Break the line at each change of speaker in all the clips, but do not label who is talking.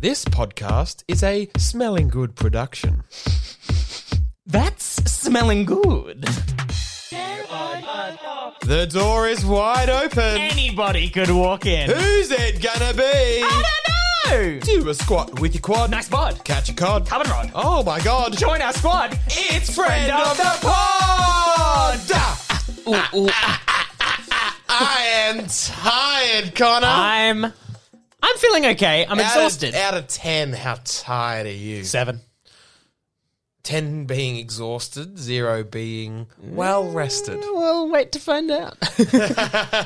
This podcast is a smelling good production.
That's smelling good.
The door is wide open.
Anybody could walk in.
Who's it gonna be?
No!
Do a squat with your quad.
Nice bod.
Catch a cod.
Carbon rod.
Oh my god.
Join our squad.
It's friend of the pod. Ah.
Ah.
I am tired, Connor.
I'm. I'm feeling okay. I'm
Out of-
exhausted.
Out of, ten, how tired are you?
Seven.
Ten being exhausted, zero being well rested.
We'll wait to find out.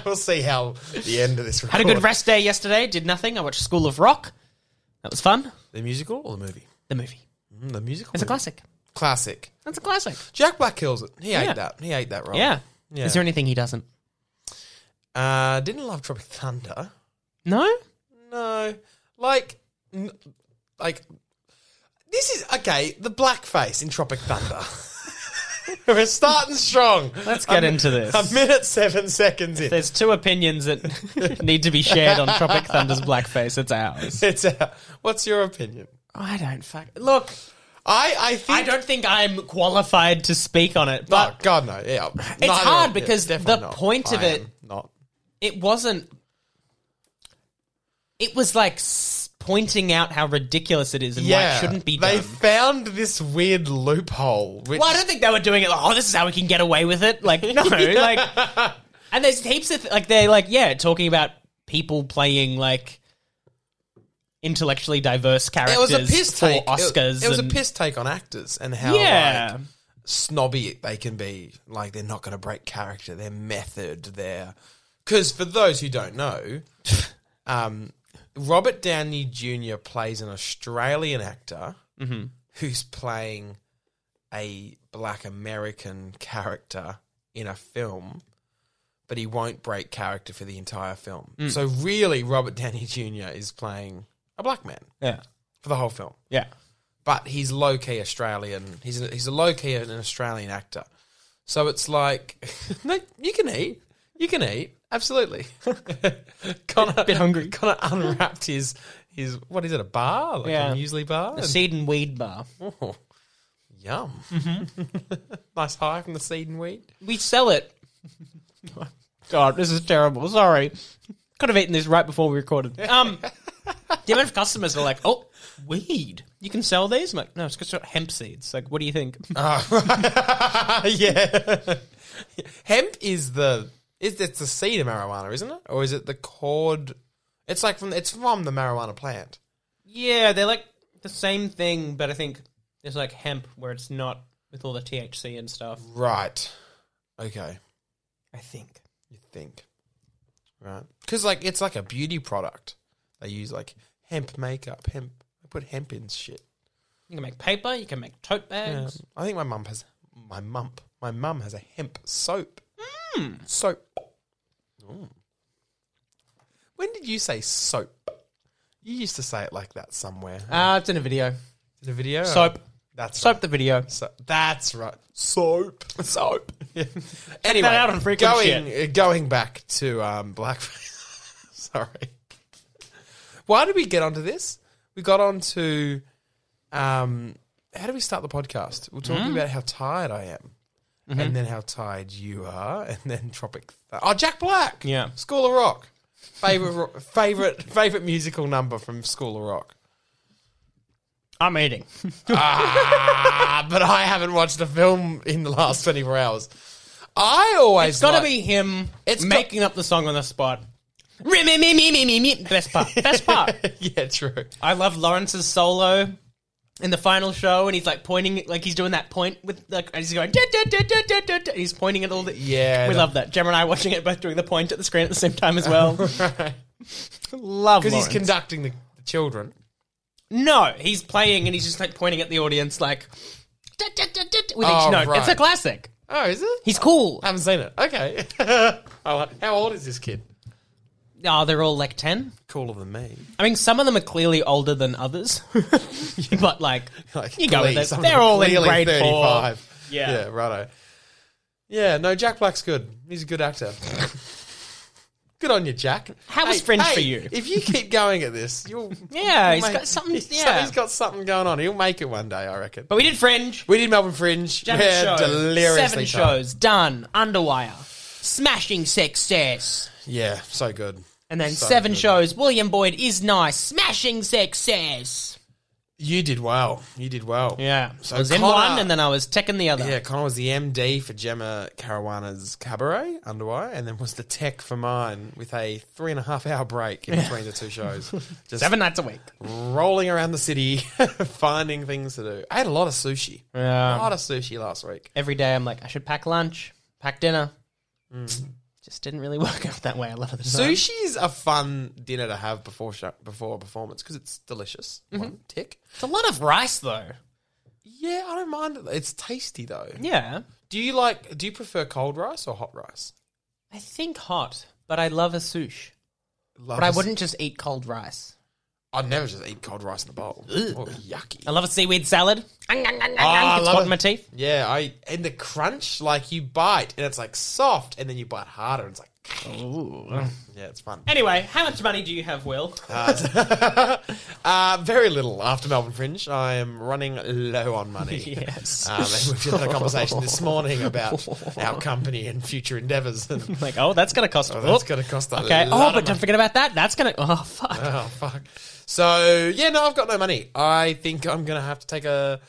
we'll see how the end of this.
Mm. Had a good rest day yesterday. Did nothing. I watched School of Rock. That was fun.
The musical or the movie?
The movie.
Mm, the musical.
It's a classic.
Classic.
Hmm. That's a classic.
Jack Black kills it. He
Yeah.
ate that. He ate that role.
Yeah.
Yeah.
Is there anything he doesn't?
Uh, didn't love Tropic Thunder.
No.
No, like, n- like this is okay. The blackface in Tropic Thunder. We're starting strong.
Let's get into this.
A minute seven seconds in.
There's two opinions that need to be shared on Tropic Thunder's blackface. It's ours.
It's out. What's your opinion?
I don't fuck. Look,
I I think.
I don't think I'm qualified to speak on it,
Oh
but
God, no. Yeah, it's
hard because the point of it-
Not.
it wasn't. It was like s- pointing out how ridiculous it is and why
Yeah,
it shouldn't be
They
done.
found this weird loophole. Which,
well, I don't think they were doing it. Like, oh, this is how we can get away with it. Like no, like and there's heaps of th- like they're like yeah, talking about people playing like intellectually diverse characters
It was a piss
for
take. It-
Oscars.
It, was
and-
a piss take on actors and how
Yeah.
like, snobby they can be. Like they're not going to break character, their method, their. Because for those who don't know, um, Robert Downey Jr. plays an Australian actor
Mm-hmm.
who's playing a black American character in a film. But he won't break character for the entire film.
Mm.
So really, Robert Downey Jr. is playing a black man
yeah,
for the whole film
yeah.
but he's low key Australian. He's a, he's a low key an Australian actor. So it's like, no, you can eat, you can eat, absolutely. Connor
bit hungry.
Connor unwrapped his his what is it a bar like
Yeah.
a muesli bar?
A seed and weed bar.
Oh, yum! Mm-hmm. nice high from the seed and wheat.
We sell it. God, this is terrible. Sorry. Could have eaten this right before we recorded. Um, the amount of customers are like, oh, weed. You can sell these? I'm like, no, it's just hemp seeds. Like, what do you think?
Oh. yeah, hemp is the is it's the seed of marijuana, isn't it? Or is it the cord? It's like from it's from the marijuana plant.
yeah, they're like the same thing, but I think it's like hemp where it's not with all the THC and stuff.
Right. Okay.
I think.
You think. Right. Because like it's like a beauty product. They use like hemp makeup, hemp. They put hemp in shit.
You can make paper, you can make tote
Yeah.
bags.
I think my mum has my mum. My mum has a hemp soap.
Hmm.
Mm. Soap. Mm. When did you say soap? You used to say it like that somewhere
Uh, it's in a video.
in a video.
Soap.
That's
Soap
Right.
the video.
So, that's right. Soap. Soap. Yeah. Anyway,
out on Freak and
going, uh, going back to um, blackface. Sorry. Why did we get onto this? We got onto um, how do we start the podcast? We're talking
Hmm.
about how tired I am,
Mm-hmm.
and then how tired you are, and then Tropic. Th- oh, Jack Black.
Yeah.
School of Rock. Favorite, ro- favorite, favorite musical number from School of Rock.
I'm eating.
Ah, but I haven't watched the film in the last 24 hours. I always
It's got to
like-
be him
It's got-
making up the song on the spot. Best part. Best part.
yeah, true.
I love Lawrence's solo in the final show, and he's like pointing, like he's doing that point with, like, and he's going, "Da, da, da, da, da, da, da," and he's pointing at all the.
Yeah.
We love that. Gemma and I watching it both doing the point at the screen at the same time as well. love
Because he's
Lawrence.
conducting the, the children.
no, he's playing and he's just like pointing at the audience, like, "Da, da, da, da," with each
Oh,
note. It's a
right.
classic.
Oh, is it?
He's cool.
I haven't seen it. Okay. oh, how old is this kid?
Oh, they're all like 10.
Cooler than me.
I mean, some of them are clearly older than others, but like,
Like,
you go with
please,
it.
some of
They're
them
all in
clearly
grade four.
35.
Yeah.
Yeah, righto. Yeah, no, Jack Black's good. He's a good actor. Good on you, Jack.
How was Fringe for you?
If you keep going at this, you'll
Yeah,
you'll
he's got something-
he's-
yeah.
he's got something going on. He'll make it one day, I reckon.
But we did Fringe.
We did Melbourne Fringe.
Seven
We're
shows.
deliriously
Seven
tired.
shows done. Underwire, smashing success.
Yeah, so good.
And then
So
seven
good.
shows. William Boyd is nice. Smashing success.
You did well. You did well. So
I was in
Connor-
one, and then I was tech in the other.
Yeah, Connor was the MD for Gemma Caruana's cabaret, Underwire, and then was the tech for mine with a three and a half hour break in between the two shows. Just
Seven nights a week.
rolling around the city, finding things to do. I had a lot of sushi. A
Yeah.
lot of sushi last week.
Every day, I'm like, I should pack lunch, pack dinner.
Hmm.
Just didn't really work out that way a lot of the time.
Sushi is a fun dinner to have before show, before a performance because it's delicious.
Mm-hmm.
One tick.
It's a lot of rice, though.
Yeah, I don't mind it. It's tasty though.
Yeah.
Do you like? Do you prefer cold rice or hot rice?
I think hot, but I love a sushi.
Love
But I
is-
wouldn't just eat cold rice.
I'd never just eat cold rice in a bowl. Oh, yucky.
I love a seaweed salad.
Ah,
Ah,
I
it's
love
caught
it.
in my teeth.
Yeah, I and the crunch like you bite and it's like soft and then you bite harder and it's like yeah, it's fun.
Anyway, how much money do you have, Will?
Ah, Uh, very little after Melbourne Fringe. I am running low on money.
Yes.
Um, and we've just had a conversation this morning about our company and future endeavors. And
like, oh, that's gonna cost.
oh,
oh,
that's going to cost a
okay.
lot
Oh,
of
but don't
money.
forget about that. That's gonna. Oh, fuck.
Oh, fuck. So, yeah, no, I've got no money. I think I'm going to have to take a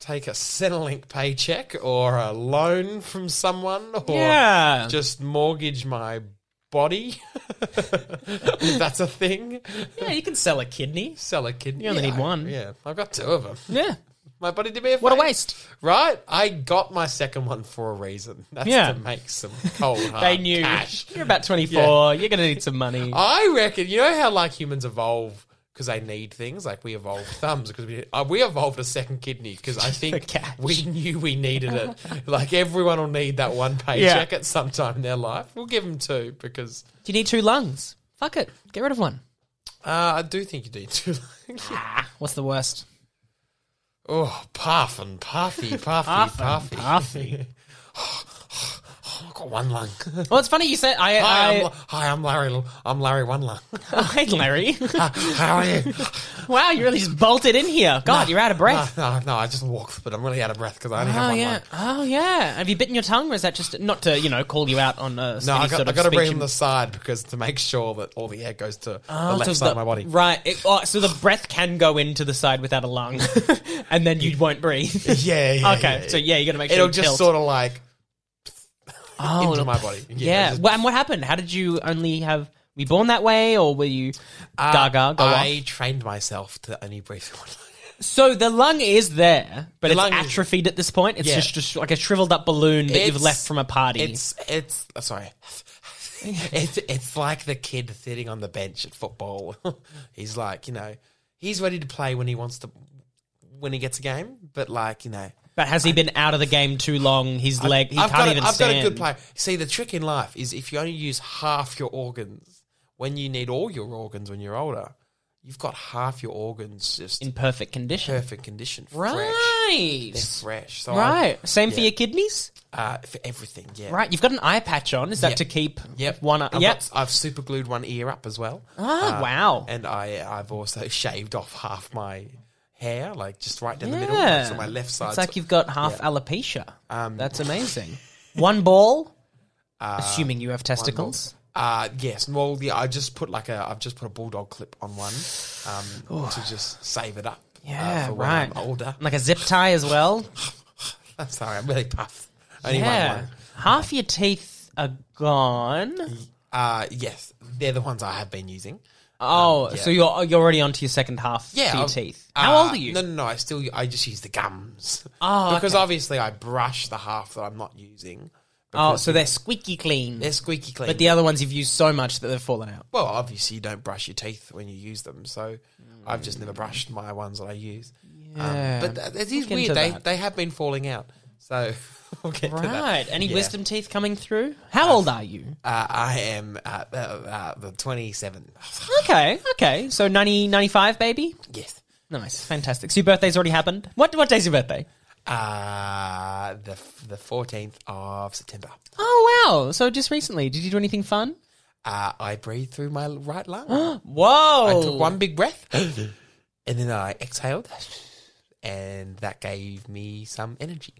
take a Centrelink paycheck or a loan from someone or
yeah.
just mortgage my body. If that's a thing.
yeah, you can sell a kidney.
Sell a kidney.
You only
Yeah,
need
I-
one.
Yeah, I've got two of them.
Yeah.
My body did me a
What a
favour.
waste.
Right? I got my second one for a reason. That's
Yeah.
to make some cold hard
They knew
Ah, cash. Ah.
you're about 24. You're gonna need some money.
I reckon, you know how like humans evolve because they need things? Like we evolved thumbs because we, uh, we evolved a second kidney because I think
cash.
we knew we needed it. like everyone will need that one paycheck at some time in their life. We'll give them two because
Do you need two lungs? Fuck it. Get rid of one.
uh, I do think you need two. lungs.
Ah, what's the worst?
oh, puff and puffy, puffy, puffy.
Puffy.
I've got one lung.
well, it's funny you said I.
Hi,
I,
I'm, hi, I'm Larry. I'm Larry One Lung.
hi, Larry.
How are you?
wow, you really just bolted in here. God, you're out of breath.
No, no, I just walked, but I'm really out of breath because I only have
Oh
one
yeah,
lung.
oh yeah. Have you bitten your tongue, or is that just not to you know call you out on a
No, I
sort
got, I
of
got to
speech
bring him
and-
the side because to make sure that all the air goes to the
Oh,
left
so
side of my body.
Right. It- oh, so the breath can go into the side without a lung, and then you won't breathe.
Yeah, yeah.
okay.
yeah.
So yeah, you got to make sure
it'll
you
just
tilt.
sort of like
oh,
into
it'll-
my body.
Yeah.
just-
Well, and what happened? How did you only have? Were you born that way, or were you
Uh,
gaga go
I
off?
trained myself to only breathe in one lung.
So the lung is there, but it's
lung is-
atrophied at this point. It's
Yeah.
just, just like a shriveled up balloon that you've
It's-
left from a party.
It's it's oh, sorry. It's it's like the kid sitting on the bench at football. he's like, you know, he's ready to play when he wants to when he gets a game, but like, you know,
but has he been out of the game too long? His leg, he
I've
can't
got a,
even
I've
stand.
got a good player. See, the trick in life is if you only use half your organs when you need all your organs when you're older, you've got half your organs just
in perfect condition.
perfect condition, fresh.
Right.
They're fresh. So
Right. Same for
yeah.
your kidneys?
I, uh, for everything, yeah.
Right. You've got an eye patch on. Is that
Yep.
to keep
Yep.
one eye?
I've
Yep.
got- I've super glued one ear up as well.
Ah, wow.
and I I've also shaved off half my hair, like just right down the middle,
Yeah.
so my left Um, side.
It's like you've got half alopecia. That's amazing. one ball, assuming you have testicles.
uh, yes, well, yeah, I just put like a I've just put a bulldog clip on one, um, to just save it up. uh,
Yeah,
for when
right.
I'm older.
Like a zip tie as well.
I'm sorry, I'm really puffed. Only one
yeah.
lung.
Half your teeth are gone.
Uh, yes, they're the ones I have been using.
Oh,
Um, yeah.
so you're you're already onto your second half
Yeah,
for your
I've-
teeth. How
Uh,
old are you?
No, no, no. I still I just use the gums.
Oh,
because
okay.
obviously I brush the half that I'm not using.
oh,
because
so they're squeaky clean.
they're squeaky clean.
but the other ones you've used so much that they've fallen out.
Well, obviously you don't brush your teeth when you use them, so I've just never brushed my ones that I use. Um,
Yeah.
but that, it is
Look into
weird; they,
that.
they have been falling out. So we'll get to that.
Right. Any
Yeah.
wisdom teeth coming through? How old are you?
Uh, I am uh, uh, uh, the twenty-seven.
Okay, okay. So 90, 95, baby?
yes,
Nice. Fantastic. So your birthday's already happened? What What day's your birthday?
uh, the the fourteenth of September.
Oh, wow. So just recently. Did you do anything fun?
uh, I breathed through my right lung.
Whoa!
I took one big breath, and then I exhaled, and that gave me some energy.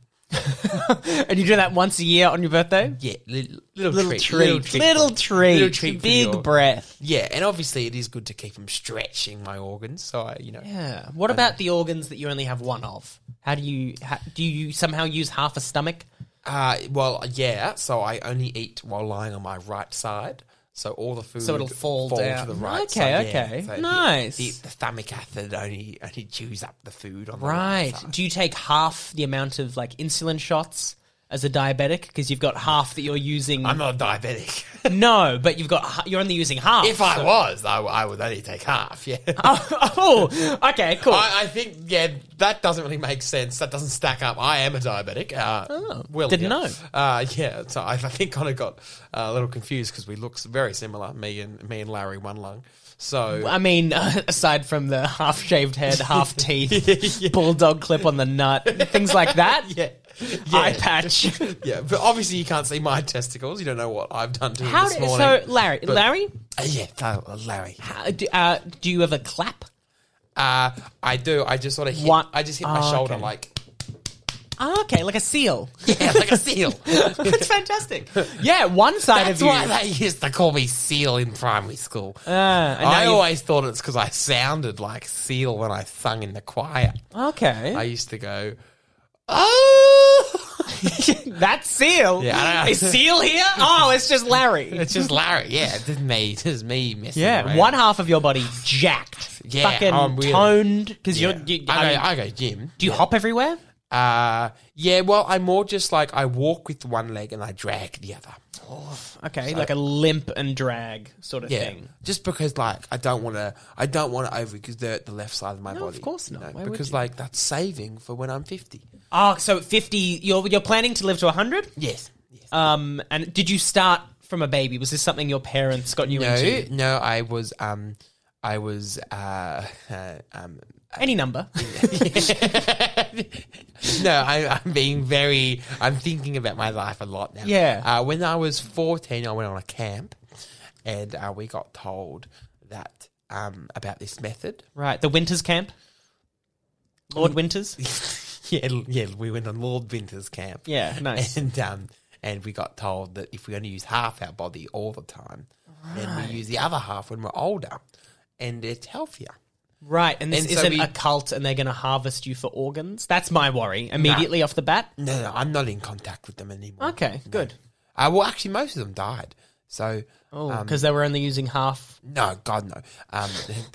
And you do that once a year on your birthday?
Yeah, little, little,
Little
treat,
treat.
little
Little
treat.
treat.
Little treat for
Big
your-
breath.
Yeah, and obviously it is good to keep them stretching my organs. So I, you know,
Yeah. What about the organs that you only have one of? How do you ha do you somehow use half a stomach?
Uh, well, yeah. So I only eat while lying on my right side. So all the food
So it'll fall down.
to the right.
Okay,
side. yeah.
okay.
So the-
Nice.
The, the stomach acid only only chews up the food on the right.
Right.
side.
Do you take half the amount of like insulin shots as a diabetic because you've got half that you're using?
I'm not diabetic.
no, but you've got ha- you're only using half.
if I
so-
was, I, w- I would only take half. Yeah.
oh, oh, okay, cool.
I, I think yeah, that doesn't really make sense. That doesn't stack up. I am a diabetic. Uh, Will,
Oh, didn't
yeah.
know.
Uh, yeah, so I, I think kind of got uh, a little confused because we look s- very similar. Me and me and Larry, one lung. So
I mean, aside from the half shaved head, half teeth, bulldog clip on the nut, things like that.
yeah, yeah.
Eye patch.
Yeah, but obviously you can't see my testicles. You don't know what I've done to him
How
this
do,
morning.
so, Larry? Larry,
Uh, yeah, so, uh, Larry.
how, do, uh, do you ever clap?
Uh, I do. I just sort of hit.
What?
I just hit my
Oh,
shoulder
okay.
like
Ah, okay, like a seal.
yeah, like a seal.
That's fantastic. Yeah, one side
That's
of you.
why they used to call me seal in primary school.
Uh, and now
I
you-
always thought it's because I sounded like seal when I sung in the choir.
Okay.
I used to go, oh,
That seal?
Yeah, I know.
Is seal here? Oh, it's just Larry.
it's just Larry. Yeah, it's just me. It's just me messing
Yeah,
around.
one half of your body jacked,
Yeah,
fucking
I'm weird.
toned. Because
Yeah.
you're, you, I
I,
mean,
go, I go Jim.
do you hop everywhere?
Uh, yeah, well, I'm more just like I walk with one leg and I drag the other.
Okay, like a limp and drag sort of
Yeah,
thing.
just because like I don't want to, I don't want to overexert the left side of my
No, of
body.
course not. Why would
because
you?
like that's saving for when I'm fifty.
Oh, so fifty. You're you're planning to live to hundred.
Yes. yes.
Um, and did you start from a baby? Was this something your parents got you
No,
into?
no, I was, um, I was, uh, uh um,
Any number.
no, I, I'm being very, I'm thinking about my life a lot now.
Yeah.
Uh, when I was 14, I went on a camp and uh, we got told that, um, about this method.
right, the Winters camp.
Mm.
Lord Winters.
yeah, yeah, we went on Lord Winter's camp.
Yeah, nice.
And um, and we got told that if we only use half our body all the time, then we use the other half when we're older, and it's healthier.
Right, and this
And so
isn't
we-
a cult, and they're going to harvest you for organs. That's my worry immediately off the bat.
No, no, I'm not in contact with them anymore.
Okay, good.
Uh, well, actually, most of them died. So,
Oh,
Um,
because they were only using half.
no, God, no. Um,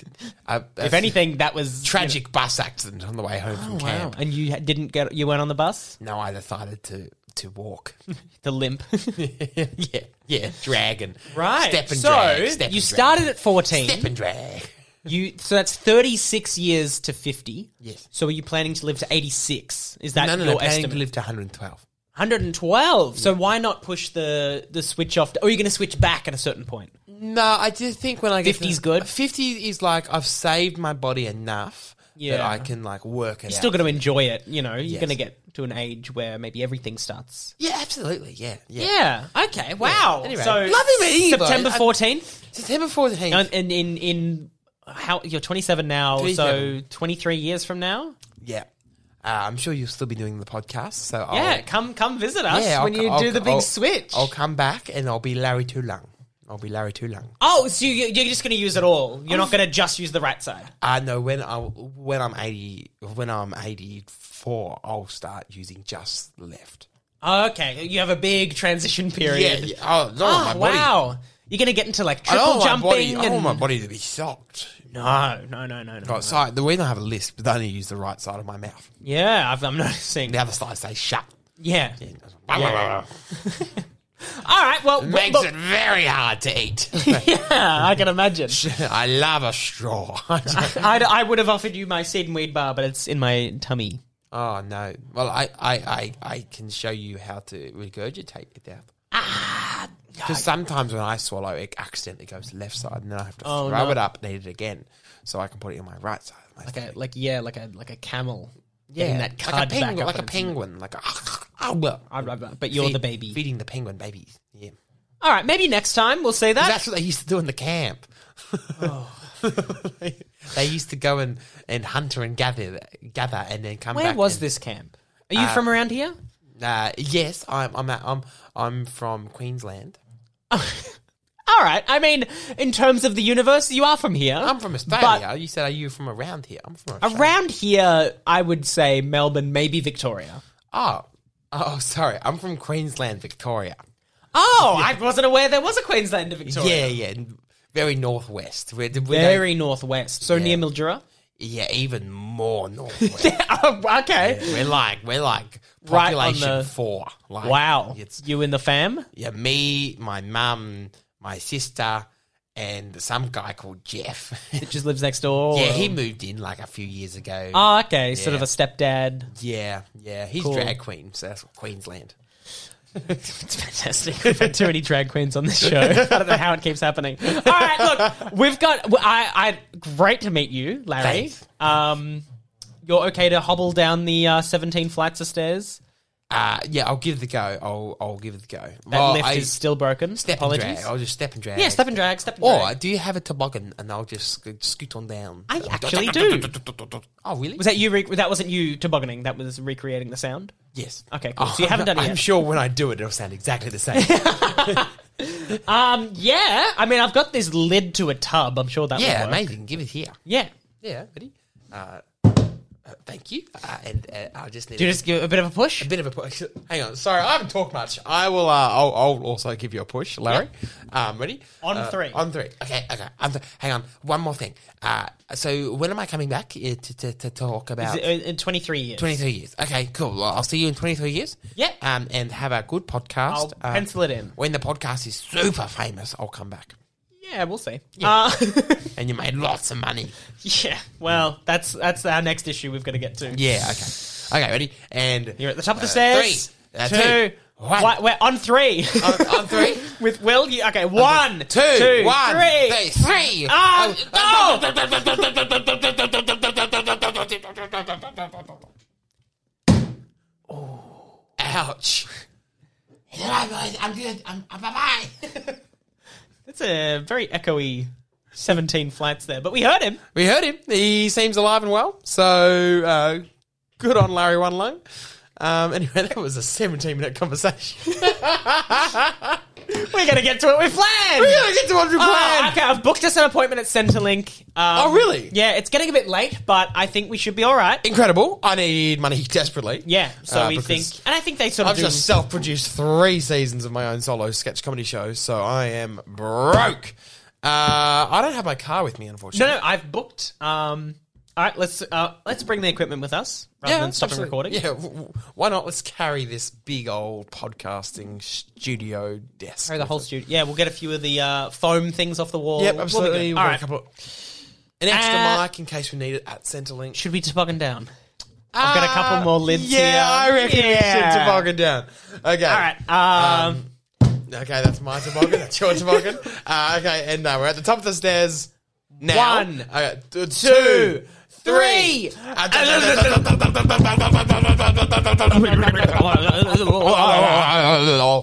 a, a
If anything, that was
tragic bus accident on the way home from
you know, oh, wow.
camp.
And you ha- didn't get. You went on the bus.
No, I decided to to walk.
The limp.
yeah, yeah, dragon. Step and
so
drag. step
you
and drag.
started at fourteen.
Step and drag.
You so that's thirty six years to fifty.
Yes.
So are you planning to live to eighty six? Is that
No, no,
your
no. Planning
estimate?
to live to 112.
Hundred and twelve. So why not push the the switch off? Or are you going to switch back at a certain point?
No, I just think when I get
50's
to-
good.
50 is like I've saved my body enough that
Yeah.
I can like work it
You're
out.
still going to enjoy it. You know, you're
Yes.
going to get to an age where maybe everything starts.
yeah, absolutely. Yeah, yeah.
Yeah. Okay. Wow.
Anyway,
so
lovely meeting you,
September
boys. I-
fourteenth,
September 14th.
and in, in in how you're 27 now,
27.
so 23 years from now.
yeah. Uh, I'm sure you'll still be doing the podcast. So
Yeah. Come come visit us
I'll, Oh. yeah,
when
I'll-
you
I'll-
do the big
I'll-
switch.
I'll come back and I'll be Larry Toolung. I'll be Larry Toolung.
Oh, so you, you're just going to use it all. You're not going to just use the right side.
I know when I when I'm 80 when I'm 84 I'll start using just the left.
Oh, Okay, you have a big transition
Yeah.
period.
yeah. Oh, no,
Ah,
my body.
wow. You're going to get into like
I
triple
don't want my body.
jumping.
I
and...
want my body to be shocked.
No, no, no, no, no.
Right, side. The reason I have a lisp is I only use the right side of my mouth.
Yeah, I've, I'm noticing.
The other side stays shut.
Yeah.
Yeah.
All right, well,
Makes
well,
it very hard to eat.
yeah, I can imagine.
I love a straw.
I'd, I would have offered you my seed and weed bar, but it's in my tummy.
oh no! Well, I, I, I, I can show you how to regurgitate it out.
Ah,
Because sometimes when I swallow, it accidentally goes to the left side, and then I have to
Oh,
throw
no.
it up and eat it again, so I can put it on my right side. Of my
Like a, like yeah, like a like a camel.
yeah,
Getting that card
like a
back
penguin,
up
like a
and-
penguin, like a. Oh well,
I- I- But you're
Feed-
the baby.
feeding the penguin babies. Yeah.
All right, maybe next time we'll see that.
That's what they used to do in the camp.
Oh.
they used to go and, and hunter and gather gather and then come
Where
back.
was
and-
this camp? Are you from around here?
Uh, yes, I'm I'm at, I'm I'm from Queensland.
All right. I mean, in terms of the universe, you are from here.
I'm from Australia. you said are you from around here? I'm from Australia.
around here, I would say Melbourne, maybe Victoria.
Oh, oh, sorry. I'm from Queensland, Victoria.
Oh, I wasn't aware there was a Queensland to Victoria.
Yeah, yeah. n- Very northwest. We're, we're
Very northwest. So near Mildura.
yeah, even more northwest.
Oh, okay.
we're like we're like
Right on
population
the-
four. Like,
Wow.
It's
you in the fam?
yeah, me, my mum, my sister, and some guy called Jeff.
That just lives next door.
yeah, he moved in like a few years ago.
Oh, okay. Sort of
Yeah.
a stepdad.
yeah, yeah. He's
Cool.
drag queen, so that's Queensland.
It's fantastic. We've had too many drag queens on this show. I don't know how it keeps happening. All right, look, we've got. I, I great to meet you, Larry.
Thanks.
Um, you're okay to hobble down the uh, 17 flights of stairs.
Uh, yeah, I'll give it a go. I'll I'll give it a go.
That
well,
lift
I
is still broken.
step and
Apologies.
drag. I'll just step and drag.
yeah, step and drag. Step and drag.
Or do you have a toboggan and I'll just sc- scoot on down?
I actually do.
Oh, really?
Was that you? Re- that wasn't you tobogganing. That was recreating the sound.
yes. Oh,
Okay, cool. So you haven't done it
I'm
yet.
sure when I do it, it'll sound exactly the same.
Um, yeah. I mean, I've got this lid to a tub. I'm sure that.
yeah,
would work.
amazing. Give it here.
Yeah.
Yeah, ready? Uh, uh, thank you. Uh, and uh, I'll just need
Do you
a
just give it a bit of a push?
bit of a push. Hang on. Sorry, I haven't talked much. I will. Uh, I'll, I'll also give you a push, Larry. Um, ready?
On
Uh,
three.
On three. Okay. Okay. On th- hang on. One more thing. Uh, so when am I coming back uh, to, to, to talk about?
Is it- in 23 years.
23 years. Okay, cool. Well, I'll see you in 23 years.
Yep.
Um, and have a good podcast.
I'll
Uh,
pencil it in.
When the podcast is super famous, I'll come back.
Yeah, we'll see. Uh,
And you made lots of money.
Yeah. Well, that's that's our next issue we've got to get to.
Yeah, okay. Okay, ready? And
You're at the top of the
Uh,
stairs.
three. Uh,
two.
two. One.
Wha- We're on three.
on, on three,
With Will, you, okay. One,
two,
two,
one,
three.
three, three.
Ah,
Oh. Ouch. I'm good. I'm, I'm bye bye.
That's a very echoey. Seventeen flights there, but we heard him.
We heard him. He seems alive and well. So uh, good on Larry One Loan. Um, anyway, that was a 17 minute conversation.
We're gonna get to it with Flan.
we gotta get to Andrew
Ah,
Plan.
okay, I've booked us an appointment at Centrelink. Um,
Oh, really?
Yeah, it's getting a bit late, but I think we should be all right.
Incredible. I need money desperately.
Yeah, so
Uh,
we think,
because
and I think they sort of
I've
do.
just self produced three seasons of my own solo sketch comedy show, so I am broke. Uh, I don't have my car with me,
No,
unfortunately.
no, I've booked. Um, all right, let's uh, let's bring the equipment with us rather than stopping
absolutely.
recording.
Yeah, w- w- why not? Let's carry this big old podcasting studio desk.
Carry the
with
whole
us.
studio. Yeah, we'll get a few of the uh, foam things off the wall.
Yep,
We'll be
absolutely.
good.
We've
All
got a
right.
couple of- an extra
Uh,
mic in case we need it at Centrelink.
Should we toboggan down? I've got a couple more lids
Yeah,
here.
I reckon we
Yeah.
should toboggan down. Okay.
All right. Um,
Okay, that's my toboggan. That's your toboggan. Uh, okay, and now we're at the top of the stairs. Now.
One,
Okay, t-
two,
two,
three.
three. Uh, da- da- da- da- da- da- da- da- da- da- da- da- da- da- da- da- da-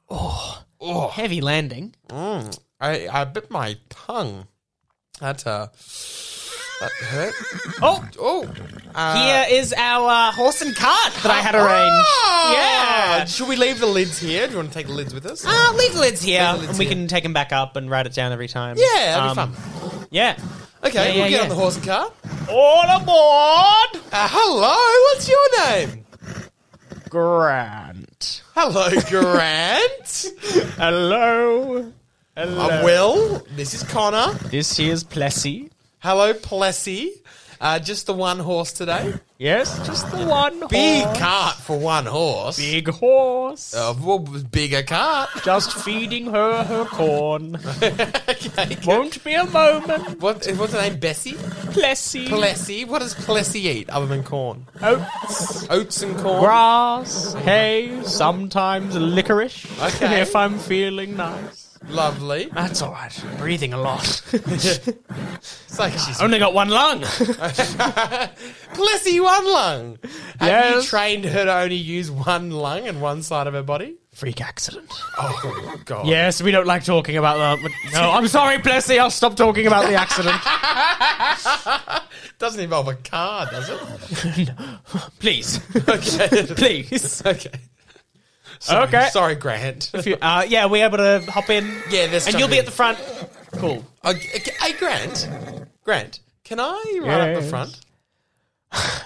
heavy landing.
Mm, I, I bit my tongue. That uh, that hurt.
Oh,
Oh, uh,
here is our uh, horse and cart that I had
Oh!
arranged. Yeah.
Should we leave the lids here? Do you want to take the lids with us?
Uh, leave the lids here,
lids
and we
here.
can take them back up and write it down every time.
yeah, that'd
Um,
be fun.
Yeah.
Okay,
yeah,
we'll get
yeah.
on the horse and cart.
All aboard!
Uh, hello, what's your name?
Grant.
Hello, Grant.
Hello. Hello.
I'm Will. This is Connor.
This here's Plessy.
Hello, Plessy. Uh, just the one horse today.
Yes, just the one
Big
horse.
cart for one horse.
Big horse.
Uh, well, bigger cart.
Just feeding her her corn.
okay.
Won't be a moment.
What, what's her name? Bessie?
Plessy.
Plessy? What does Plessy eat other than corn?
Oats.
Oats and corn?
Grass. Hay. Sometimes licorice.
Okay.
If I'm feeling nice.
Lovely.
That's all right. breathing a lot.
It's like she's
Only got one lung.
Plessy one lung. Have
Yes.
you trained her to only use one lung and one side of her body?
Freak accident.
Oh my god.
Yes, we don't like talking about that. but- no, I'm sorry, Plessy. I'll stop talking about the accident.
Doesn't involve a car, does it?
Please.
Okay.
Please.
okay. Sorry.
Okay.
Sorry, Grant.
If you- uh, yeah, we're able to hop in.
Yeah, there's
And you'll be
something-
at the front. Cool.
Oh, g- g- hey, Grant. Grant, can I run up the
Yes.
front?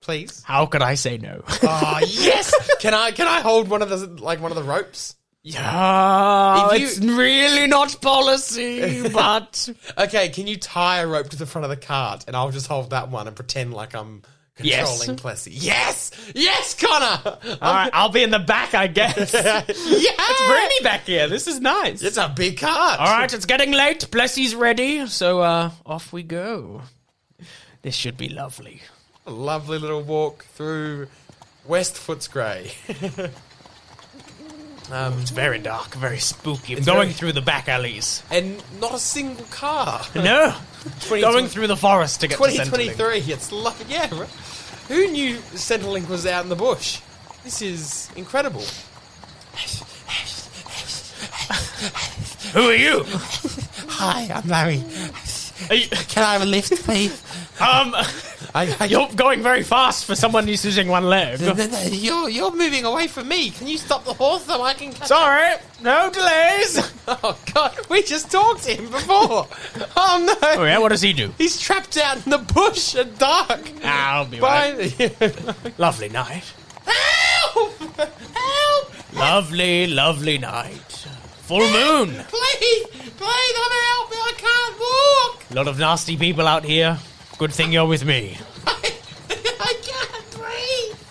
Please.
How could I say no?
Oh yes. can I can I hold one of the like one of the ropes?
yeah,
If you-
it's really not policy, but
Okay, can you tie a rope to the front of the cart and I'll just hold that one and pretend like I'm
Yes.
controlling Plessy? Yes! Yes, Connor!
all right, I'll be in the back, I guess.
yeah!
Bring me back here. This is nice.
It's a big cart.
All right, it's getting late. Blessy's ready, so uh, off we go. This should be lovely.
A lovely little walk through West Footscray. um,
It's very dark, very spooky.
It's
going
very-
through the back alleys.
and not a single car.
No,
20
going through the forest to get to Centrelink.
2023. It's lovely. Yeah. right. Who knew Centrelink was out in the bush? This is incredible.
Who are you?
Hi, I'm Larry.
Are you
Can I have a lift, please?
um,
I, I,
you're going very fast for someone who's using one
No,
leg.
no, no, you're, you're moving away from me. Can you stop the horse so I can catch
Sorry, no delays.
Oh, God. We just talked to him before. oh, no.
Oh yeah, what does he do?
He's trapped out in the bush at dark.
I'll be right.
Bye.
Lovely night.
Help! Help!
Lovely, lovely night. Full moon.
Please! Please, come help me. I can't walk.
A lot of nasty people out here. Good thing you're with me.
I, I can't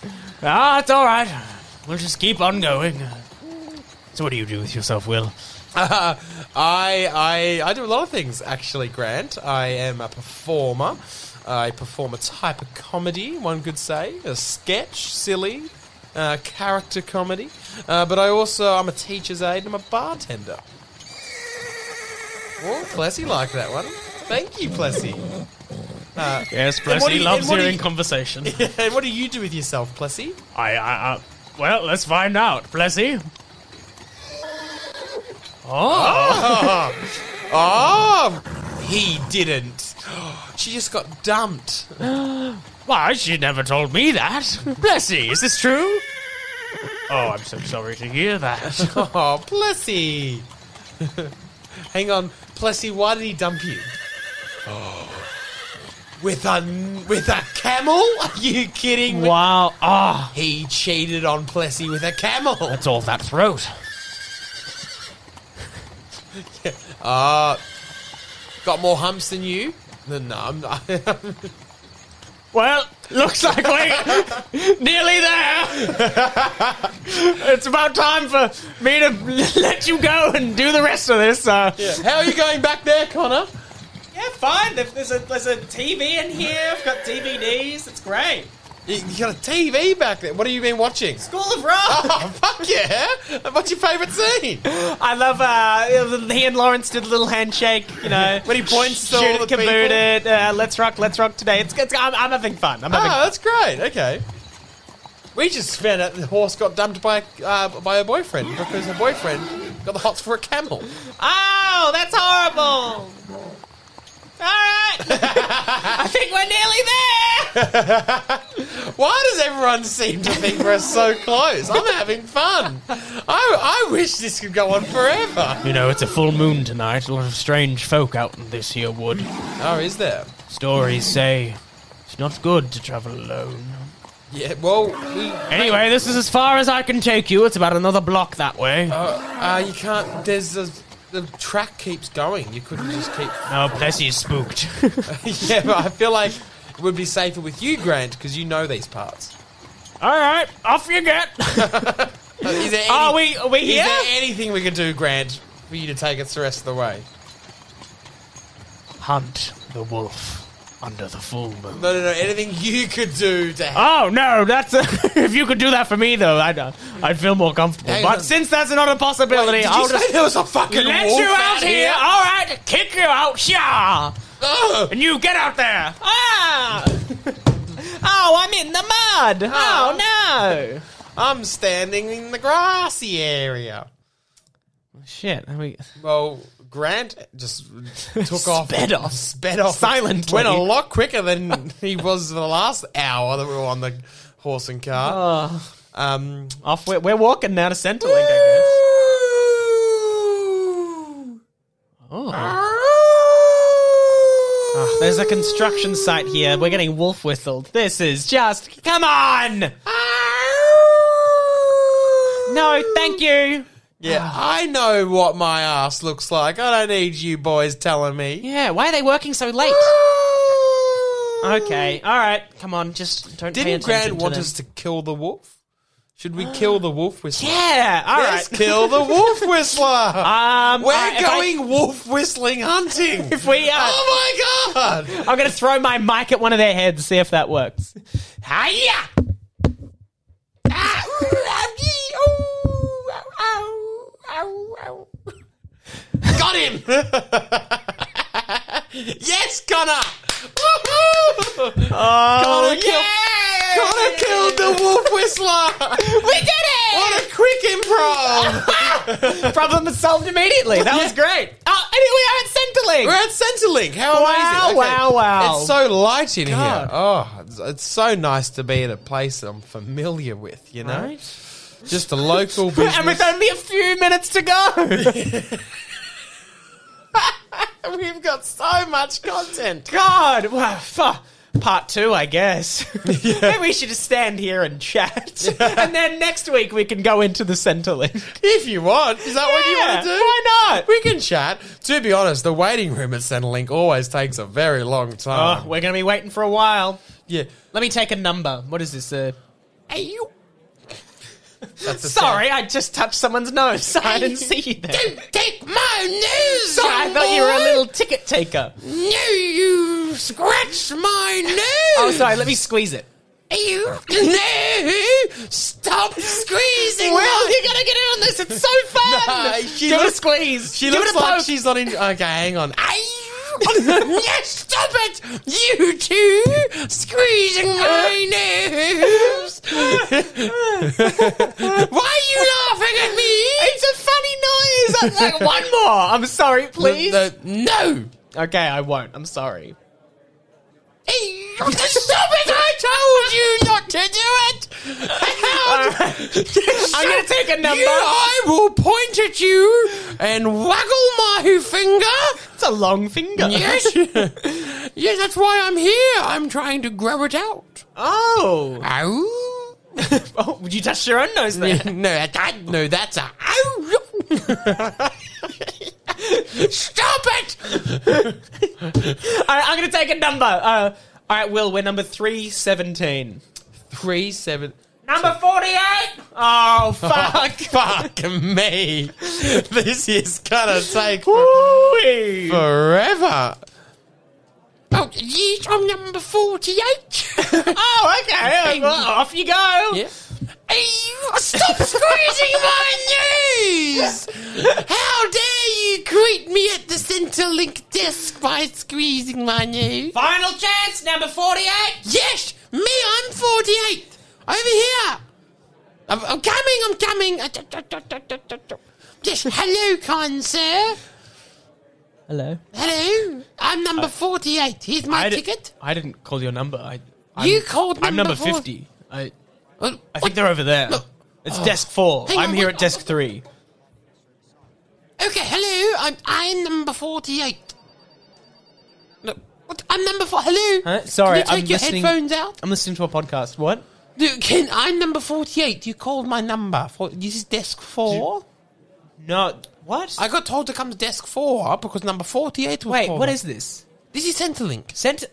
breathe.
Ah, it's all right. We'll just keep on going. So, what do you do with yourself, Will?
Uh, I, I, I do a lot of things, actually, Grant. I am a performer. I perform a type of comedy, one could say, a sketch, silly, uh, character comedy. Uh, but I also, I'm a teacher's aide and I'm a bartender. Oh, Plessy liked that one. Thank you, Plessy.
Yes,
Blessy
Blessy
loves
loves hearing
hearing
conversation.
and what do you do with yourself, Plessy?
I, I, I, well, let's find out. Blessy. Oh,
Oh, he didn't. She just got dumped.
why she never told me that. Blessy, is this true? Oh, I'm so sorry to hear that.
Oh, Plessy. Hang on, Plessy, why did he dump you? With a with a camel? Are you kidding me?
wow. Ah,
He cheated on Plessy with a camel.
it's all that throat.
Got more humps than you? No, no, I'm not.
Well, looks like we're nearly there. it's about time for me to let you go and do the rest of this. Uh,
How are you going back there, Connor?
yeah, fine. There's a, there's a TV in here. I've got DVDs. It's great.
You you got a TV back there. What have you been watching?
School of Rock.
Oh, fuck yeah! What's your favourite scene?
I love uh, he and Lawrence did a little handshake. You know,
When he points to
shoot
all
it,
the
kaboot
people.
it. Uh, let's rock. Let's rock today. It's, it's I'm, I'm having fun. I'm having.
Oh, that's great. Okay. We just found out the horse got dumped by uh, by her boyfriend because her boyfriend got the hots for a camel.
Oh, that's horrible. All right. I think we're nearly there.
Why does everyone seem to think we're so close? I'm having fun. I, I wish this could go on forever.
You know, it's a full moon tonight. A lot of strange folk out in this here wood.
Oh, is there?
Stories say it's not good to travel alone.
Yeah. Well, we,
Anyway, this is as far as I can take you. It's about another block that way.
uh, uh, you can't. There's a, the track keeps going. You couldn't just keep.
Oh, Plessy's spooked.
yeah, but I feel like it would be safer with you, Grant, because you know these parts.
All right, off you get.
Is there
Are
any-
we? Are we
Is
here?
there anything we can do, Grant, for you to take us the rest of the way?
Hunt the wolf under the full moon.
No, no, no. Anything you could do to help?
Oh no, that's a, if you could do that for me though, I'd uh, I'd feel more comfortable.
Hang
but
on.
since that's not a possibility,
Wait, did
I'll
you say
just
there was a fucking
let
wolf
you out here.
here? Oh,
All right, kick you out, yeah.
Ugh.
And you get out there!
Oh,
Ah! oh, I'm in the mud! Oh, no!
I'm standing in the grassy area.
Shit. Are we
Well, Grant just took off,
Sped off.
sped off
Silently.
Went a lot quicker than he was the last hour that we were on the horse and car.
uh,
Um,
off? We're, we're walking now to Centrelink, I guess. Oh. Ah, there's a construction site here. We're getting wolf whistled. This is just. Come on! No, thank you!
Yeah, I know what my ass looks like. I don't need you boys telling me.
Yeah, why are they working so late? Okay, alright. Come on, just don't pay
Didn't Grant
attention to
want
them.
us to kill the wolf? Should we kill the wolf whistler?
Yeah,
Let's
alright.
kill the wolf whistler.
Um,
We're
alright, if I-
going wolf whistling hunting.
If we, uh,
oh my god!
I'm gonna throw my mic at one of their heads, see if that works. Hiya! Ah, ooh, ah, yee, ooh, ow, ow, ow, ow.
Got him! yes, Connor! Woohoo!
Oh,
Connor, killed, Connor killed the wolf whistler!
We did it!
what a quick improv!
Problem is solved immediately. That was great. Oh, and we are
We're
at Centrelink.
at Centrelink. How
Wow,
amazing!
wow, wow.
It's so light in
God.
here. Oh, it's, it's so nice to be at a place that I'm familiar with. You know, just a local business.
And with only a few minutes to go.
We've got so much content.
God, wow, fuck. Part two, I guess. Maybe we should just stand here and chat, and then next week we can go into the Centrelink.
If you want, is that what you want
Yeah,
to do?
Why not?
We can chat. To be honest, the waiting room at Centrelink always takes a very long
Oh,
time.
we're going to be waiting for a while.
yeah.
Let me take a number. What is this? Uh,
Hey, you. That's the
sorry, I just touched someone's nose. I didn't see you there.
sound. Don't take my nose! young
I thought you were a
boy.
little ticket taker.
No, you scratched my nose!
Oh, sorry, let me squeeze it.
You. No! Stop squeezing
Well, you gotta get in on this. It's so fun.
Nah, she
Give it a
looks-
squeeze.
She
Give
looks
it a poke.
like she's not in. Okay, hang on. yes, stop it! You two squeezing my nose. Why are you laughing at me?
It's a funny noise. I'm like, one more. I'm sorry, please.
The- the- no.
Okay, I won't. I'm sorry.
Stop it! I told you not to do it.
All right. I'm gonna take a number.
You- I will point at you and waggle my finger.
It's a long finger.
Yes. yes, that's why I'm here. I'm trying to grow it out.
Oh.
Ow.
oh. Would you touch your own nose
no,
there?
that, that- no, that's a. Ow. Stop it!
All right, I'm gonna take a number. Uh, all right, Will, we're number three seventeen.
Three, seven.
Number forty-eight. Oh fuck!
Fuck me. This is gonna take
Oh, Woo-wee.
forever. Oh, yes, I'm number 48.
Oh, okay. Well, off you go.
Yeah. Ew, Stop squeezing my nose! How dare you greet me at the Centrelink desk by squeezing my nose?
Final chance, number forty-eight.
Yes, me, I'm 48. Over here. I'm, I'm coming, Uh, I'm coming. Yes, hello, kind sir.
Hello.
Hello, I'm number 48. Here's my
I di-
ticket.
I didn't call your number. I.
You
I'm-
called
I'm number
four-
fifty. I.
Well,
I
what-
think they're over there.
Look.
It's desk four.
Hang
I'm
on,
here
wait.
at desk three.
Okay, hello. I'm I'm number forty-eight. No, what? I'm number four. Hello.
Huh?
Can
Sorry,
you take
I'm
your
listening-
headphones out?
I'm listening to a podcast. What?
No, Can I'm number forty-eight? You called my number. For, this is desk four.
No. What?
I got told to come to desk four because number forty-eight. Was
Wait.
called.
What is this?
this? Is Centrelink?
Sent.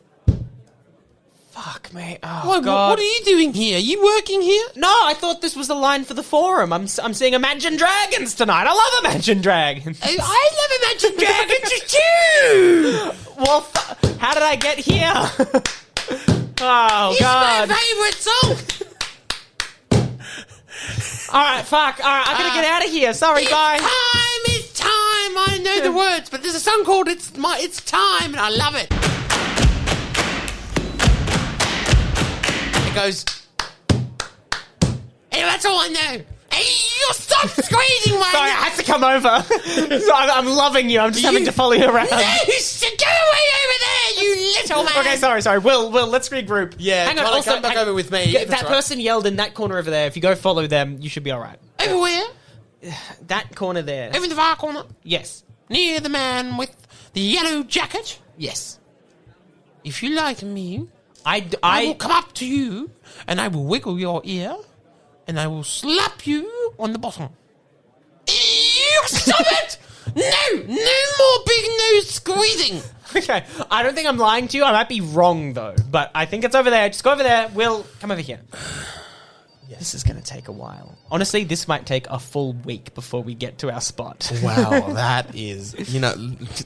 Fuck me. Oh
What,
god.
what are you doing here? Are you working here?
No, I thought this was the line for the forum. I'm s- I'm seeing Imagine Dragons tonight. I love Imagine Dragons.
I, I love Imagine Dragons. it's you.
well, f- how did I get here? oh
It's
god.
my favorite song.
All right, fuck. All right, I gotta
Uh,
get out of here. Sorry,
It's
guys.
time, it's time. I know the words, but there's a song called "It's My It's Time," and I love it. It goes. Anyway, that's That's all I know. Hey, you stop squeezing my
Sorry, I had to come over. So I'm, I'm loving you. I'm just having to follow you around.
nose. Get away over there, you little man.
um, Okay, sorry, sorry. Will, Will, let's regroup.
Yeah,
hang on.
Connor,
Also,
come back
hang-
over with me,
Yeah,
if it's
that
all right.
person yelled in that corner over there. If you go follow them, you should be all right.
Over where?
That corner there.
Over in the far corner,
Yes.
near the man with the yellow jacket.
Yes.
If you like me,
I, d-
I, will
I,
come up to you and I will wiggle your ear and I will slap you on the bottom. You stop it! No, no more big nose squeezing.
okay. I don't think I'm lying to you. I might be wrong though, but I think it's over there. Just go over there. Will, come over here. This is going to take a while. Honestly, this might take a full week before we get to our spot.
Wow, that is you know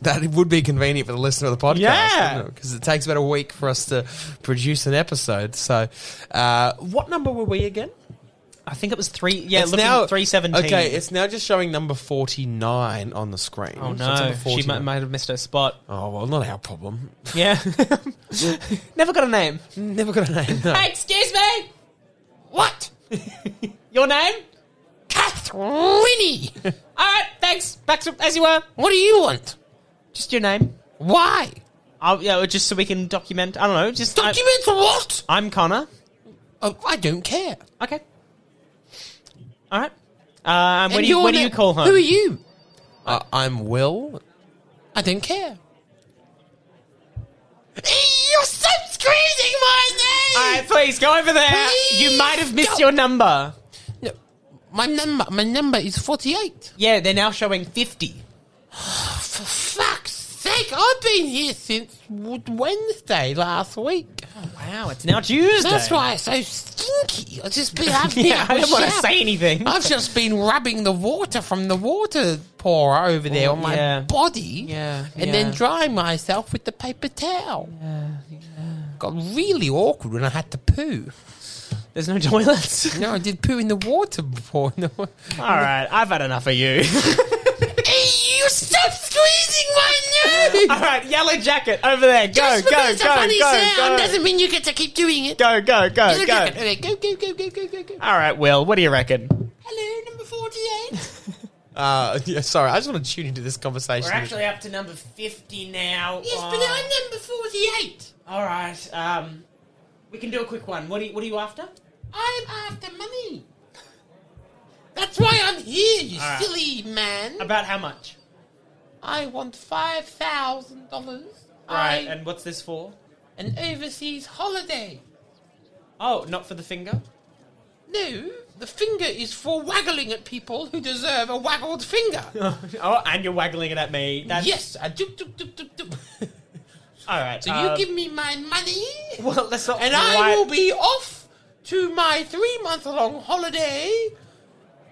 that would be convenient for the listener of the podcast,
Yeah.
Because it takes about a week for us to produce an episode. So, uh, what number were we again?
I think it was three. Yeah,
It's
looking
now-
at three seventeen.
Okay, it's now just showing number forty nine on the screen.
oh
So it's
no,
number
she might,
49.
might have missed her spot.
Oh well, not our problem.
Yeah, never got a name.
Never got a name. No.
Hey, excuse me.
What?
Your name?
Kathleen?
All right, thanks. Back to as you were.
what do you want?
Just your name.
Why?
I'll, yeah, just so we can document. I don't know. Just I,
Document what?
I'm Connor.
Oh, I don't care.
Okay. All right. Uh, and
And
what do you
your
what do
na-
you call home?
Who are you? Uh, I'm Will. I don't care. You're so squeezing
All
my
right, please go over there.
Please
you might have missed
go-
your number.
No, my number, my number is forty-eight.
Yeah, they're now showing fifty.
For fuck's sake, I've been here since w- Wednesday last week.
Oh, Wow, it's now Tuesday.
That's why it's so stinky. I've just been having
Yeah, I don't want to
shower.
say anything.
I've just been rubbing the water from the water pourer over there
Oh,
on my
yeah.
body.
Yeah,
And
yeah.
then drying myself with the paper towel. Got really awkward when I had to poo.
There's no toilets.
No, I did poo in the water before. No.
All right, I've had enough of
hey,
you.
you stop squeezing my
All right, yellow jacket over there. Go,
Just
go,
because
go,
it's a funny
go,
sound
go,
doesn't mean you get to keep doing it.
go, go, go,
Yellow
go.
jacket. Okay, go, go, go, go, go, go, go.
All right, Will, what do you reckon?
Hello, number 48. Uh, yeah, sorry, I just want to tune into this conversation.
up to number fifty now.
yes, but I'm number 48.
all right, um, we can do a quick one. What are you, what are you after?
I'm after money. That's why I'm here, you
right.
silly man.
About how much?
I want five thousand dollars.
Right, and what's this for?
an overseas holiday.
Oh, not for the finger.
No, the finger is for waggling at people who deserve a waggled finger.
oh, and you're waggling it at me. That's,
yes, I do, do, do, do, do.
All right. um,
So you give me my money,
Well, let's not.
and
why-
I will be off to my three-month-long holiday.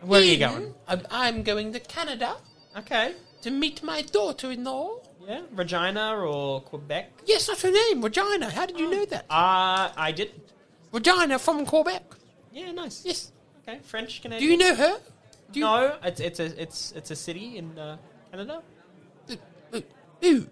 Where are you
in-
going?
I'm, I'm going to Canada
Okay.
to meet my daughter-in-law.
Yeah, Regina or Quebec.
Yes, that's her name, Regina. How did you know that?
Uh, I didn't.
Regina from Quebec.
Yeah, nice.
Yes.
Okay, French
Do
Canadian.
you know her? Do you,
No, it's it's a it's it's a city in uh, Canada,
No. No,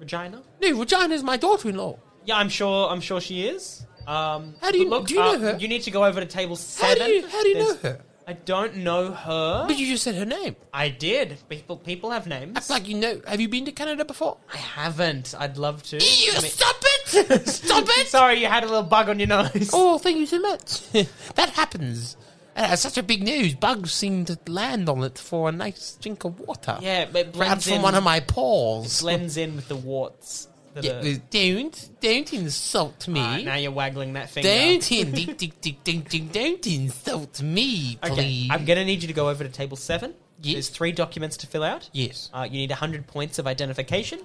Regina.
no Regina's my daughter-in-law.
Yeah, I'm sure. I'm sure she is. Um,
How do you-
but look,
do you know
uh,
her?
You need to go over to table
How
seven.
do you, how do you know
There's-
her?
I don't know her.
But you just said her name.
I did. People people have names.
That's like you know. Have you been to Canada before?
I haven't. I'd love to.
You
I mean-
stop it! Stop it!
Sorry, you had a little bug on your nose.
Oh, thank you so much. that happens. And it's such a big news. Bugs seem to land on it for a nice drink of water.
Yeah, but it blends
Perhaps
in.
from one of my paws.
blends in with the warts. That
Yeah,
are-
don't, don't insult me.
Alright, now you're waggling that finger.
Don't, in, ding, ding, ding, ding, ding, don't insult me,
Okay,
please.
I'm going to need you to go over to table seven.
Yes.
There's three documents to fill out.
yes.
Uh, you need 100 points of identification.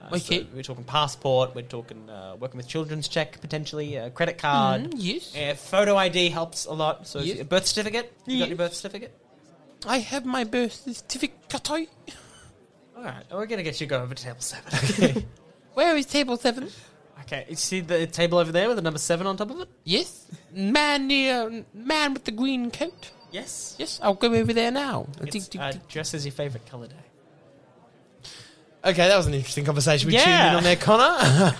Uh, so
Okay.
we're talking passport, we're talking uh, working with children's check, potentially, uh, credit card.
Mm, yes.
Uh, photo ID helps a lot. So,
Yes.
a birth certificate? You got
Yes.
your birth certificate?
I have my birth certificate.
All right, we're going to get you to go over to table seven. Okay.
Where is table seven?
okay, you see the table over there with the number seven on top of it?
Yes. Man near man with the green coat.
Yes.
Yes, I'll go over there now. Ding,
It's,
ding,
uh,
ding.
dress as your favorite color day.
Okay, that was an interesting conversation. We
Yeah.
tuned in on there, Connor.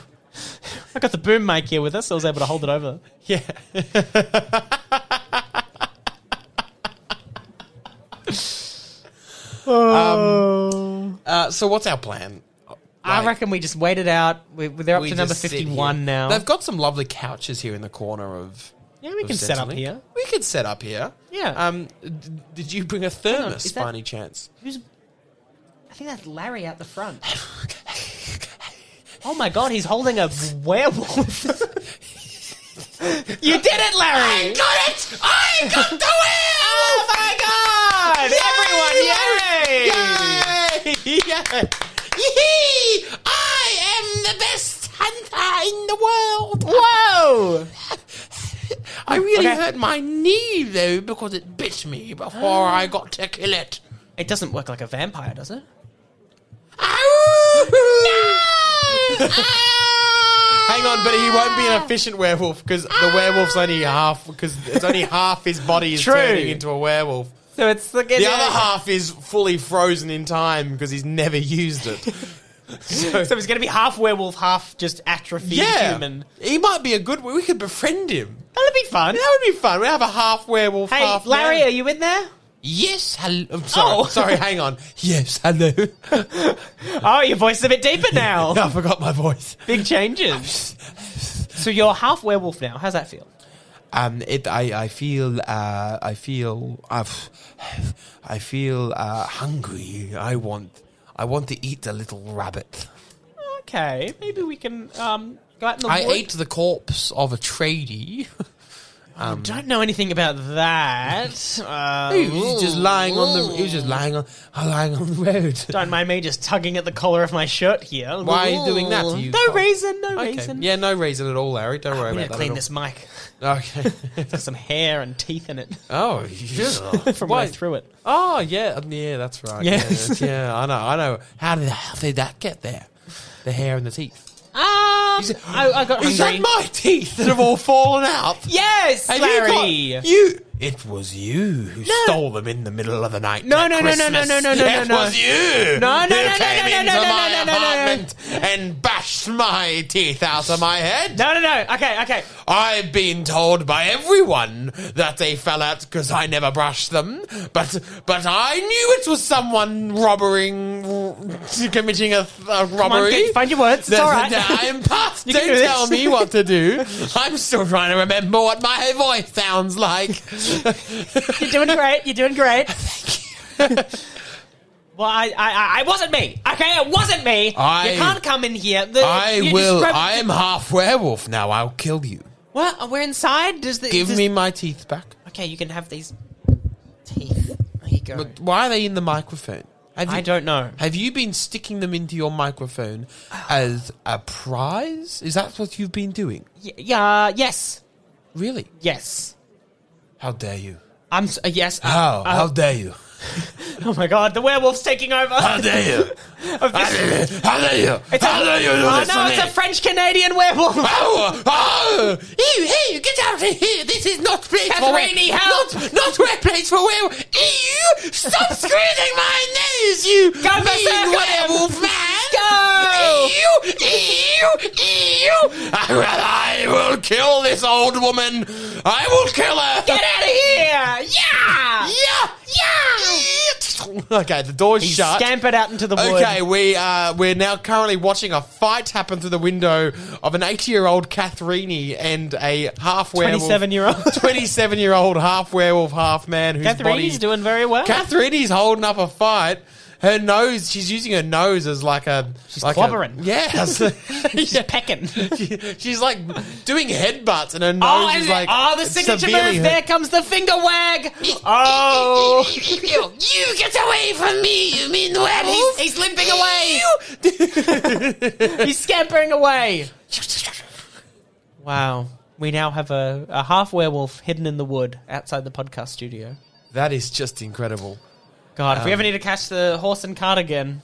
I got the boom mic here with us, so I was able to hold it over.
yeah.
Oh.
Uh, so what's our plan?
I
Like,
reckon we just wait it out. We, they're up
we
to number
just sit here.
fifty-one now.
They've got some lovely couches here in the corner of.
yeah, we
of
can set up
Centrelink.
here. Uh,
We could set up here.
Yeah.
Um, d- did you bring a
on,
thermos
is
by
that-
any chance?
Who's? I think that's Larry out the front. oh my god, he's holding a werewolf. you did it, Larry!
got it! I got the wheel! Oh my god!
Everyone, yay!
Yee! I am the best hunter in the world.
Whoa!
I really
Okay.
hurt my knee though because it bit me before I got to kill it.
It doesn't work like a vampire, does it?
Hang on, but he won't be
Ah!
an efficient werewolf because the werewolf's only half because it's only half his body is
True.
turning into a werewolf.
So it's the,
The other half is fully frozen in time because he's never used it. So,
So it's going to be half werewolf, half just atrophied
yeah,
human.
he might be a good. We could befriend him.
That'll be fun.
That would be fun. We have a half werewolf.
Hey,
half
Larry,
man.
are you in there?
Yes. Hello. I'm sorry.
Oh.
Sorry. Hang on. Yes. Hello.
Oh, your voice is a bit deeper now.
I forgot my voice.
Big changes. so you're half werewolf now. How's that feel?
Um. It. I. I feel. Uh. I feel. I've. I feel uh, hungry. I want. I want to eat a little rabbit.
Okay, maybe we can um, go out in the
I
wood.
ate the corpse of a tradie. um,
Don't know anything about that. Uh,
He was just lying on the. He was just lying on, lying on the road.
Don't mind me just tugging at the collar of my shirt here.
Why are you doing that to you?
No reason. No
Okay.
reason.
Yeah, no reason at all, Larry. Don't worry
We need
about that.
to clean
at
this mic.
all. Okay.
It's got some hair and teeth in it
oh, yeah.
from
Why-
when I threw it.
Oh yeah, um, yeah, that's right.
Yeah.
Yeah, that's- yeah, I know, I know. How did how did that get there? The hair and the teeth.
Ah, I, I got
Is that
hungry.
Um, my teeth that have all fallen out?
yes,
Have
Larry.
You, got- you. It was you who
No.
stole them in the middle of the night.
No,
at
no, no, no, no,
Christmas.
no, no, no, no,
It
no.
was you.
No, no,
who
no, no,
came
no, no,
into
no, no,
my
no, no, no, no.
apartment and bashed my teeth out of my head.
no, no, no. Okay, okay.
I've been told by everyone that they fell out because I never brushed them, but but I knew it was someone robbing, committing a, a
Come on,
robbery.
get, find your words. It's
There's
all
a
right.
dime pass.
can
Don't
do
tell
this.
me what to do. I'm still trying to remember what my voice sounds like.
You're doing great. You're doing great. Well, I, I, I, it wasn't me. Okay, it wasn't me.
I-
you can't come in here. The,
I
you
will.
described-
I am half werewolf now. I'll kill you.
What? We're inside. Does the
Give
does-
me my teeth back.
Okay, you can have these teeth. There you go.
But why are they in the microphone? Have
I
you,
don't know.
Have you been sticking them into your microphone as a prize? Is that what you've been doing?
Y- yeah. Yes.
Really?
Yes.
How dare you?
I'm. s- Uh, yes. uh,
How?
uh,
How dare you?
oh my god! The werewolf's taking over.
How dare you?
Of
How
this.
dare you? How dare you?
It's
How
a-
dare you do
Oh
this
no!
to
It's a
me?
French Canadian werewolf.
Oh, oh! Ew, ew, get out of here! This is not place for
Catherine, help!
Not, not where place for where. Ew! Stop squeezing my nose, you
Go berserk,
mean werewolf man!
Go!
Ew, ew, ew! I, I will kill this old woman. I will kill her.
Get out of here! Yeah.
Yeah, yeah. Okay, the door's
He
shut.
scampered out into the wood.
Okay, we uh, we're now currently watching a fight happen through the window of an 80-year-old Catherine and a half werewolf,
27-year-old.
27-year-old half werewolf, half man. Whose body,
Catherine's doing very well.
Catherine's holding up a fight. Her nose, she's using her nose as like a
She's
like
clobbering.
A, yes,
She's pecking.
She- she's like doing headbutts, and her nose
Oh,
is
and
like
oh, the signature
severely
move.
hurt.
There comes the finger wag. Oh,
you, you get away from me, you mean werewolf?
he's, he's limping away. he's scampering away. Wow. We now have a, a half werewolf hidden in the wood outside the podcast studio. Um,
That is just incredible.
God, if we ever need to catch the horse and cart again,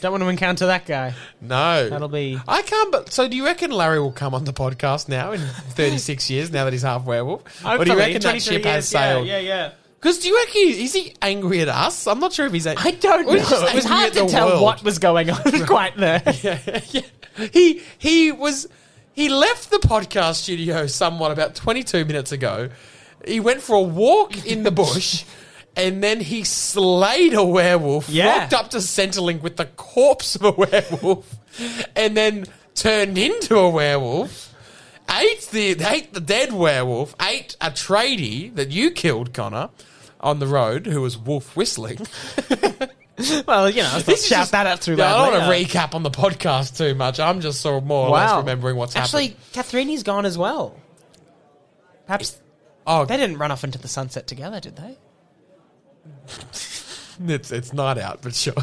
don't want to encounter that guy.
No,
That'll be-
I can't. But so, do you reckon Larry will come on the podcast now in 36 years? Now that he's half werewolf, or do you
Hopefully,
reckon that
23
ship
years,
has sailed?
Yeah, yeah, yeah.
Because do you reckon he- is he angry at us? I'm not sure if he's. Angry.
I don't know.
Or is he just
It was
angry
hard
at
to
the
tell
world?
what was going on quite there.
yeah. He he was he left the podcast studio somewhat about 22 minutes ago. He went for a walk in the bush And then he slayed a werewolf,
Yeah.
walked up to Centrelink with the corpse of a werewolf, and then turned into a werewolf. Ate the ate the dead werewolf. Ate a tradie that you killed, Connor, on the road, who was wolf whistling.
Well, you know, let's not
is
shout
just-
that out too
Yeah, I
loudly.
don't
Uh,
want to recap on the podcast too much. I'm just sort of more or less remembering what's
Actually,
happened.
Kathrini's gone as well. Perhaps
Oh,
they didn't run off into the sunset together, did they?
it's it's not out, but sure.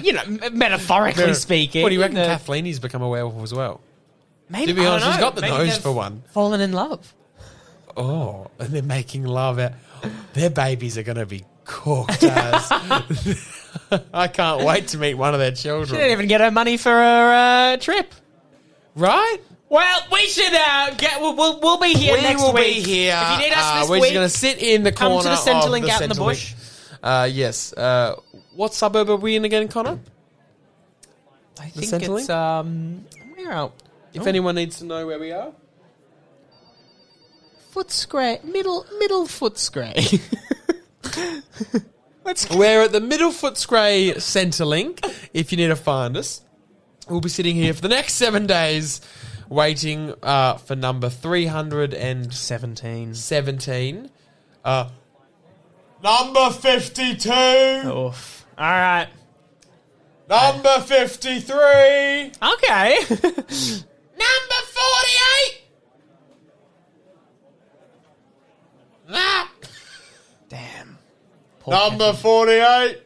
You know, m- metaphorically speaking.
what do you reckon?
Uh,
Kathleen's become a werewolf as well.
maybe,
To be
I don't
honest, she's
know.
got the
Maybe
nose
they've
for one.
Fallen in love.
Oh, and they're making love. Out. Their babies are going to be cooked. As. I can't wait to meet one of their
She didn't
children.
even get her money for her uh, trip.
Right?
Well, we should uh, get. We'll, we'll, we'll be here
we
next
will be
week.
here.
If you need us
Uh,
this
we're
week,
just going to sit in the
come to
corner
the Centrelink
of the
out in the
Centrelink.
bush.
Uh, yes. Uh, what suburb are we in again, Connor?
I think
Centrelink?
it's um, where out
If anyone needs to know where we are.
Footscray, middle middle Footscray. Let's
We're at the Middle Footscray Centrelink. If you need to find us, we'll be sitting here for the next seven days, waiting uh, for number three hundred and
seventeen.
seventeen. Uh, number fifty-two.
Oof. All right.
Number fifty-three.
Okay.
Number forty-eight. Ah,
Damn. Poor
number forty-eight.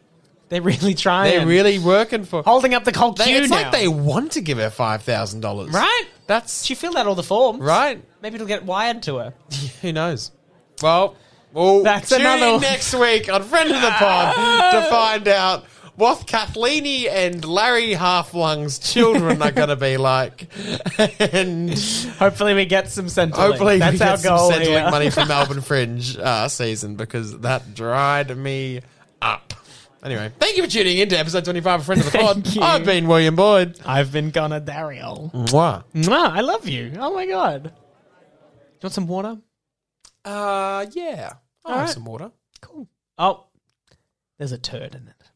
They're really trying.
They're really working for.
holding up the cult
They,
cue
it's
now.
like they want to give her five thousand dollars.
right?
That's
She filled out all the forms.
right.
Maybe it'll get wired to her.
Who knows? Well, well
That's
tune
another
in
one.
next week on Friend of the Pod to find out what Kathleen and Larry Halflung's children are going to be like. And
Hopefully, we get some Centrelink.
hopefully
that's
we get
our
some
goal
Centrelink
here.
money for Melbourne Fringe uh, season because that dried me up. Anyway, thank you for tuning in to episode 25 of Friend of the
Thank
Pod.
you.
I've been William Boyd.
I've been gonna Dario.
Mwah.
Mwah, I love you. Oh my god. Do you want some water?
Uh, yeah. I'll have
right.
some water.
Cool. Oh, there's a turd in it.